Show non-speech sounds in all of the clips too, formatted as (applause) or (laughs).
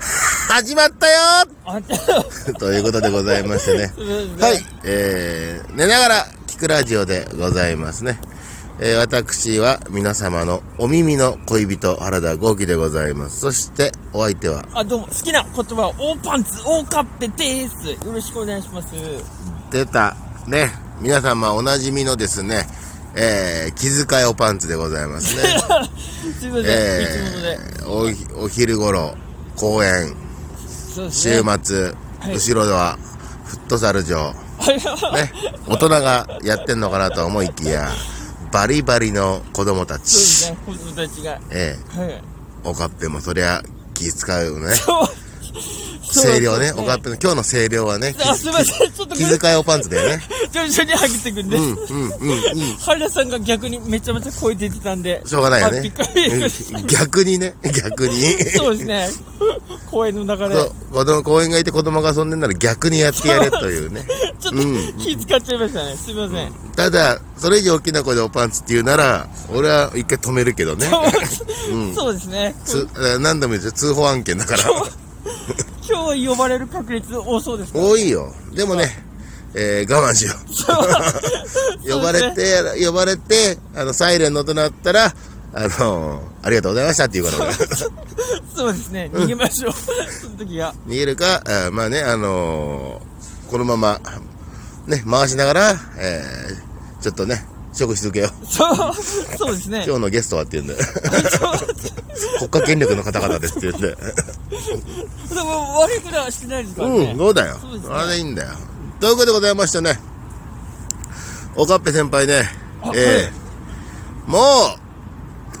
始まったよあ (laughs) んた、 (laughs) ということでございましてね。はい。えー、寝ながら聞くラジオでございますね。えー、私は皆様のお耳の恋人、原田豪輝でございます。そして、お相手は、あ、どうも、好きな言葉は、大パンツ、大カッペです。よろしくお願いします。出た、ね、皆様おなじみのですね、えー、気遣いおパンツでございます (laughs) ね。すいません、いつものでえ。ー、おひお昼頃、公園、そうです週ね。末、い後ろでは、フットサル場、ね、大人がやってんのかなと思いきや、バリバリの子供た (laughs) そうですち。ね、本当たちが。えはい。えおかっぺもそりゃ気使うよ (laughs) ね。そう。 (laughs) 声量ね、おかっペ。ぺの、今日の声量はね、あ、すいません、ちょっと、気遣いおパンツだよね。徐々にハゲてくんで。うん、うん、うん。原田さんが逆にめちゃめちゃ声出てたんで。しょうがないよあびっねくりびっくりしま。逆にね、逆に。 (laughs) そうですね。公園の中でそ。う、子供、公園がいて子供が遊んでんなら逆にやってやれというね。ちょっと気使っちゃいましたね。すいま (laughs) せん。ただ、それ以上大きな声でおパンツって言うなら、俺は一回止めるけどね。そうですね。つ何度も言うと通報案件だから。今日呼ばれる確率多そうですか多いよ。でもね、えー、我慢しよ (laughs) う。呼ばれて、呼ばれて、あの、サイレンの音鳴ったら、あのありがとうございましたって言うから (laughs) ね、そうですね。逃げましょう。 (laughs) その時が。逃げるか、あーまあね、あのーこのまま、ね、回しながら、えー、ちょっとね、食し続けよう。そう、そうですね。今日のゲストはって言 (laughs) うんで。国家権力の方々ですって言うんで。でも悪いことはしてないですからうねん、。そうだよ。そうですねあれでいいんだよ。ということでございましてね、おかっぺ先輩ねあ、えーも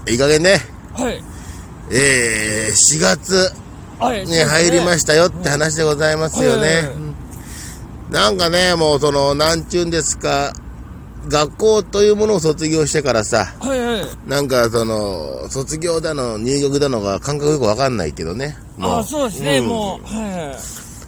う、いい加減ね、はい。えー、4月はい。に入りまししたよって話でございますよはいはいねはい。なんかね、もうその、なんちゅうんですか、学校というものを卒業してからさ、た。はいはい。なんかその、卒業だの、入学だのが感覚よくわかんないけどね。もあ、そうですね。んもう、はいはい。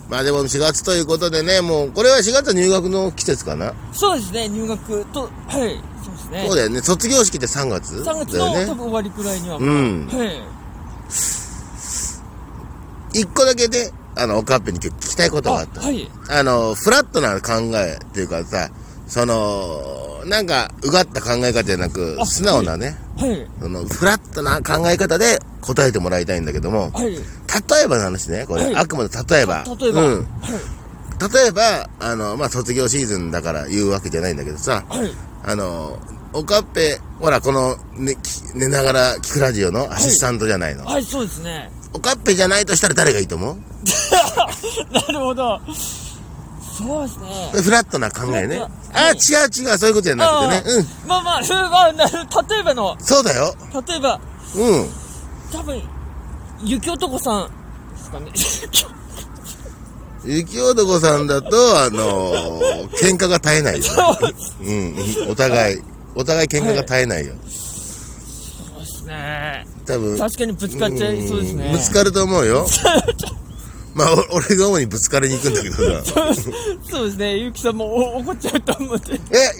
まあでも4月ということでね、もう、これは4月は入学の季節かな。そうですね。入学と、はい。そうですねそう。だよね。卒業式って3月だ3月のよ多ね。分終わりくらいには。うはん。い。一個だけね、あの、おかっぺに今日聞きたいことあ、があった。はい。あの、フラットな考えっていうかさ、その、なんか、うがった考え方じゃなく、あ素直なね、はい。その、フラットな考え方で答えてもらいたいんだけども、はい。例えばの話ね、これ、はいあくまで例えば。例えば。うはん。例えば、あの、まあ、卒業シーズンだから言うわけじゃないんだけどさ、い。はい。あの、おかっぺ、ほら、この、ね、き寝ながら聞くラジオのアシスタントじゃないの。はい、そうですね。 (laughs) おかっぺじゃないとしたら誰がいいと思うなるほど。そうですね。フラットな考えねフラッ。トあ、違う違う、そういうことじゃなくてね。うん。まあまあ、それは、なる、例えばの、そうだよ。例えば、うん。多分、雪男さんです (laughs) かね。ゆきおどこさんだと、あのー喧嘩が絶えないよ、ね。うん。お互い。お互い喧嘩が絶えないよ。そうですね。多分。確かにぶつかっちゃいそうですね。んぶつかると思うよ。まあ、お俺が主にぶつかりに行くんだけどさ。 (laughs) そうですね。ゆきさんもお怒っちゃうと思って。え、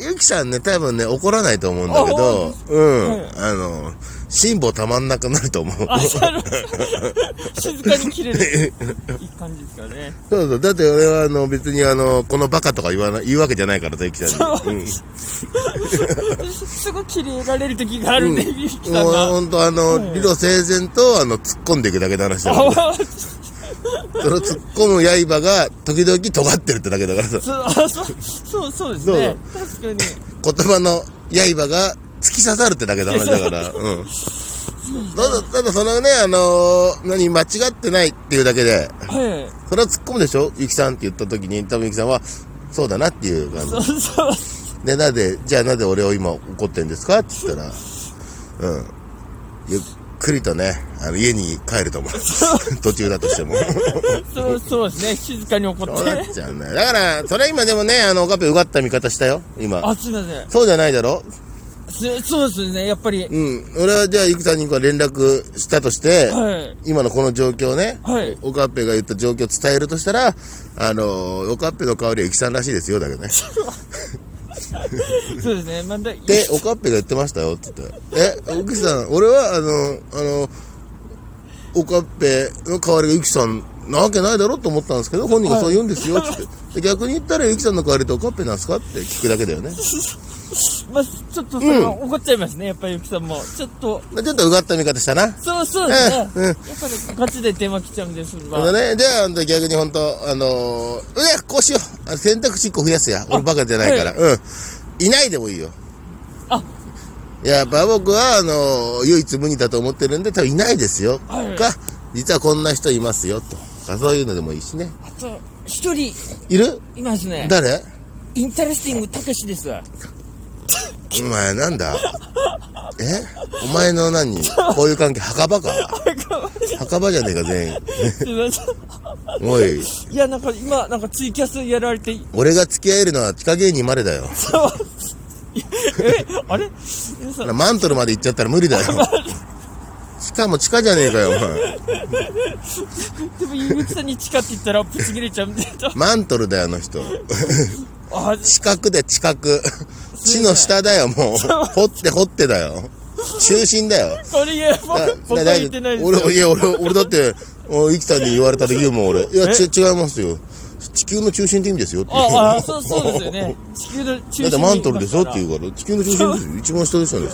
ゆきさんね、多分ね、怒らないと思うんだけど、うん。あの、辛抱たまんなくなると思う。あ、なるほど。静かに切れる。 (laughs) いい感じですかね。 (laughs) そうそう。だって俺は、あの、別に、あの、このバカとか言わない、言うわけじゃないからさ、ゆきさんに。うん。すごい切れられる時があるんで、ゆきさもんうが。本当あの、理路整然とあの突っ込んでいくだけの話だから、あその突っ込む刃が時々尖ってるってだけだからさ、そうあそう、そう、そうですね。確かに。言葉の刃が突き刺さるってだけの話だから、うん。ただ、ただそのね、あのー何、間違ってないっていうだけで、はい。それは突っ込むでしょゆきさんって言った時に、多分ゆきさんは、そうだなっていう感じそう、そう。で、なぜ、じゃあなぜ俺を今怒ってんですかって言ったら、うん。ゆっくりとね、あの、家に帰ると思う。途中だとしても。そう、そうですね。静かに怒っ。そうなってちゃうんだよ。だから、それは今でもね、あの、岡部うがった見方したよ、今。あ、すいませんそうじゃないだろ。すそうですね。やっぱり。うん。俺はじゃあ、ゆきさんにこう連絡したとして、はい。今のこの状況ね、はいオカッペが言った状況を伝えるとしたら、あの、オカッペの代わりはゆきさんらしいですよ、だけどね。そうですね。まだ、で、オカッペが言ってましたよって言って。え、ゆきさん、俺はあの、あの、オカッペの代わりがゆきさんなわけないだろと思ったんですけど、本人がそう言うんですよ、つって。で逆に言ったら、ゆきさんの代わりとカッペなんすかって聞くだけだ (laughs) よね。まあ、ちょっとそれは怒っちゃいますね、やっぱりゆきさんも。ちょっと、でちょっとうがった見方したな。そうそうですね。やっうんぱりガチで電話来ちゃうんですほんわ。でね、じゃあ、逆に本当あのー、うや、こうしよう。あ選択肢1個増やすや。俺バカじゃないから。うん。いないでもいいよ。あいや、やっぱ僕は、あのー唯一無二だと思ってるんで、多分いないですよ。はいか、実はこんな人いますよ、とか、そういうのでもいいしね。あと、一人いるいますね。誰インタレスティングたけしですわ。お前なんだえお前の何こういう関係墓場か墓場じゃねえか全員。すいませんおい、いや、なんか今、なんかツイキャスやられて、俺が付き合えるのは地下芸人までだよ。 (laughs) え、あれ皆さん、マントルまで行っちゃったら無理 (laughs) だよ。しかも地下じゃねえかよ、お前。でも、井口さんに近って言ったら、プチ切れちゃうんで、ちょマントルだよ、あの人。あ、近くで近く。地の下だよ、もう。掘って掘ってだよ。中心だよ。これ言えば、だ (laughs) 僕はだ言ってないですよ。俺、いや、俺、俺だって、お生きたんに言われたら言うもん、俺。いや、ち、違いますよ。地球の中心って意味ですよって。ああ、そう、そうですよね。地球の中 (laughs) 心だってマントルでしょって言う。うから、地球の中心ですよ。一番下ですよね。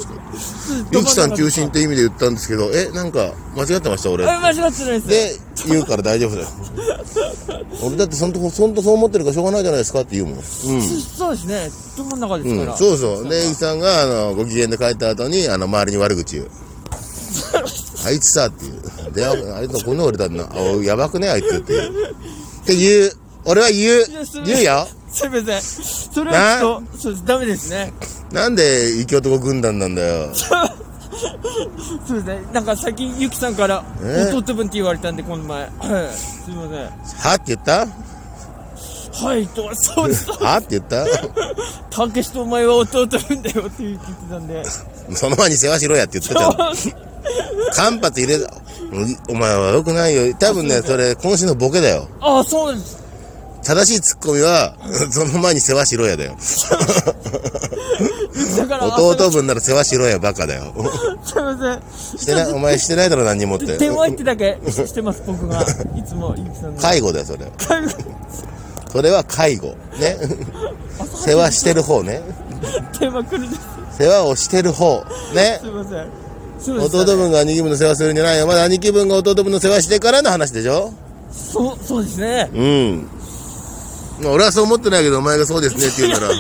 (laughs) どゆ真ん中きさん中心って意味で言ったんですけど、え、なんか、間違ってました、俺。あ、間違ってないです。で、言うから大丈夫だよ。俺だって、そんと、そんとそう思ってるからしょうがないじゃないですかって言うもん。うん。そうですね。ど真ん中ですかうら。ん、そうそう。で、ゆきさんが、あの、ご機嫌で帰った後に、あの、周りに悪口言う。あいつさ、っていう。で、ああいつのこんな俺だな。あ、おいやばくね、あいつっていう。って言う。俺は言。やそうれ言うよ。すいません。それはちょっと、そうです。ダメですね。なんで、生き男軍団なんだよ。そうですね。なんか最近、ゆきさんから、え弟分って言われたんで、この前。 (laughs) はい。すいませはって言ったん。はい、とは、そうです。はって言ったたけしとお前は弟分だよって言ってた (laughs) んで。その前に世話しろやって言ってたよ。間髪入れた。お前は良くないよ。多分ね、それ、今週のボケだよ。ああ、そうなんです。正しいツッコミは、その前に世話しろやだよ。だから、弟分なら世話しろやバカだよ。あすいません。してない、お前してないだろ何にもって。電話って (laughs) だけしてます、僕が。いつも、ゆきさんの。介護だよ、それ。それは介護。ね。世話してる方ね。 (laughs) 電話来るんです。世話をしてる方。ねす。いません。そうです、弟分が兄貴分の世話するんじゃないよ。まだ兄貴分が弟分の世話してからの話でしょそう、そうですね。うん。まあ俺はそう思ってないけど、お前がそうですねって言うから、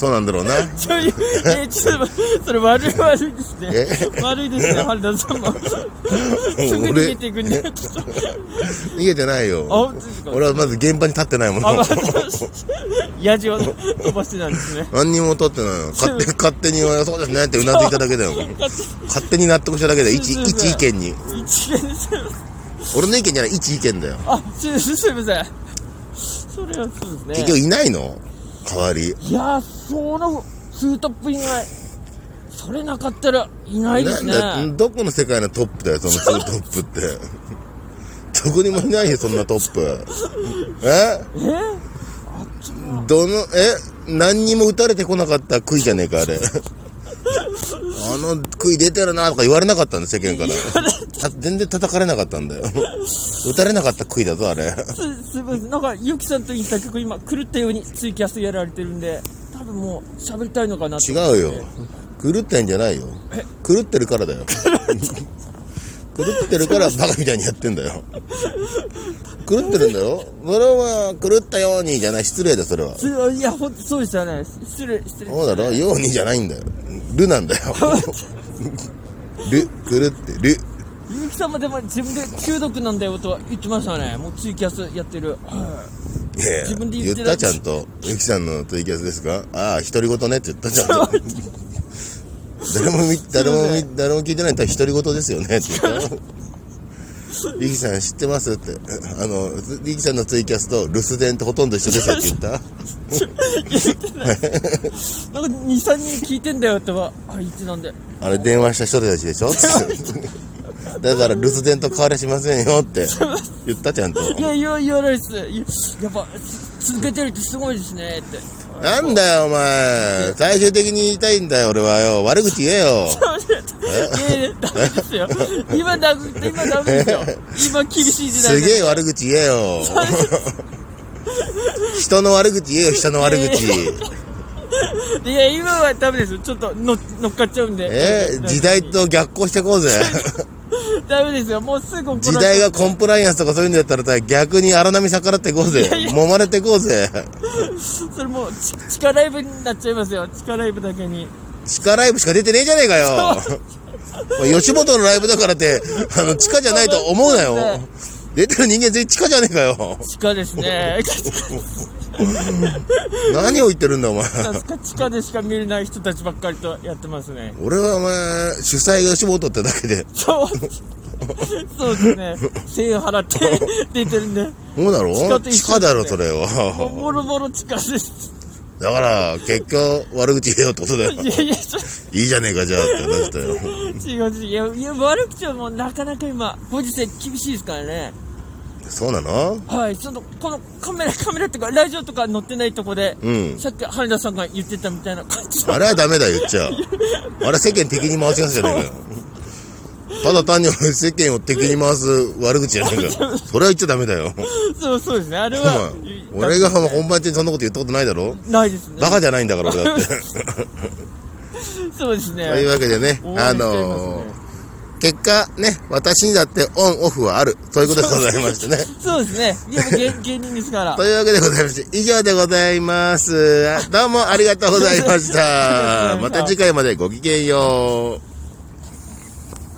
そうなんだろうな。そういう、えー、ちょっと、それ悪い悪いですねえ。悪いですね、原田さん (laughs) も。すぐ逃げていくんで。あ、逃げてないよ。本当ですか俺はまず現場に立ってないもあ、のまあ。、ヤジを飛ばしてたんですね。何にも立ってないよ。勝手、勝手に、そうですねってうなずいただけだよ。勝手に納得しただけだよ。一、一意見に。一元です。俺の意見じゃない、一意見だよ。あ、すすいません。それはそうです結ね。局いないの代わり。いやー、その、ツートップ以外、それなかったらいないでなすんね。だ、どこの世界のトップだよ、そのツートップって。 (laughs) どこにもいないよ、そんなトップ。ええーどの、え何にも打たれてこなかった杭じゃねえか、あれ。あの杭出てるなとか言われなかったんだ、世間から。た全然叩かれなかったんだよ。打たれなかった杭だぞ、あれ。すすいませんなんかゆきさんと言った曲今狂ったようにツイキャスやられてるんで多分もう喋りたいのかなと違うよ。狂ってんじゃないよ。狂ってるからだよ。狂ってるからバカみたいにやってんだよ。狂ってるんだよ。それは狂ったようにじゃない、失礼だ、それは。すいやほんそうですよね失礼失礼そうだろようにじゃないんだよ。るなんだよ。る、狂ってる。ゆきさんもでも自分で中毒なんだよとは言ってましたねもうツイキャスやってるはいやいや自分で言言っってたないちゃんと。ゆきさんのツイキャスですかああ、独り言ねって言ったちゃんと。誰も見、誰も見、誰も聞いてないたら独り言ですよねって言ったよ。ゆきさん知ってますって。あの、ゆきさんのツイキャスと留守電ってほとんど一緒ですよって言ったいなんか23人聞いてんだよとはあ言ってたんであれ電話した人たちで (laughs) しょって。だから留守電と変わりしませんよって言ったちゃんと。いやいや言わないですいややっぱつ続けてるってすごいですねってなんだよお前。最終的に言いたいんだよ俺はよ。悪口言えよ。そういやいや、ダメですよ。今ダメ、今ダメですよ。今厳しい時す代ですげえ悪口言え (laughs) よ。人の悪口言えよ、人の悪口。いや、今はダメですよ。ちょっとの乗っかっちゃうんで。え時代と逆行して (laughs) こうぜ。ダメですよ。もうすぐ怒られ時代がコンプライアンスとかそういうんだったら逆に荒波逆らっていこうぜ。揉まれていこうぜ。それもう、ち地下ライブになっちゃいますよ。地下ライブだけに。地下ライブしか出てねえじゃねえかよ。吉本のライブだからって、あの、地下じゃないと思うなよ。出てる人間全員地下じゃねえかよ。地下ですね。何を言ってるんだ、お前。さすが地下でしか見れない人たちばっかりとやってますね。 (laughs) 俺はお前、主催が吉本ってだけで。そう。そうですね。1000円払って出てるんで。そうだろ地地下と一緒ですね下だろ、それもうは。ボロボロ地下です。だから、結局、悪口言えよってことだよ。 (laughs) いやいや、ちょいいじゃねえか、じゃあって話だよ。違う違う。いや、いや悪口はもうなかなか今、ご時世厳しいですからね。そうなのはい、ちょっとこのカメラ、カメラっていうか、ラジオとか載ってないとこで、うんさっき羽田さんが言ってたみたいな (laughs) 感じあれはダメだよ、言っちゃ。あれは世間敵に回すやつじゃねえかよ。ただ単に世間を敵に回す悪口じゃねえかよ。それは言っちゃダメだよ。そうそうですね。あれは、お前だ俺が本番中にそんなこと言ったことないだろないですねバ。カじゃないんだから、俺だ (laughs) って。そうですね。というわけでね、応援あしちゃいますのねー結果ね、私にだってオン、オフはある。ということでございましてね。そうですね。いや、もう芸芸人です (laughs) から。というわけでございまして、以上でござい (laughs) ます。あどうもありがとうございました。また次回までごきげんよう。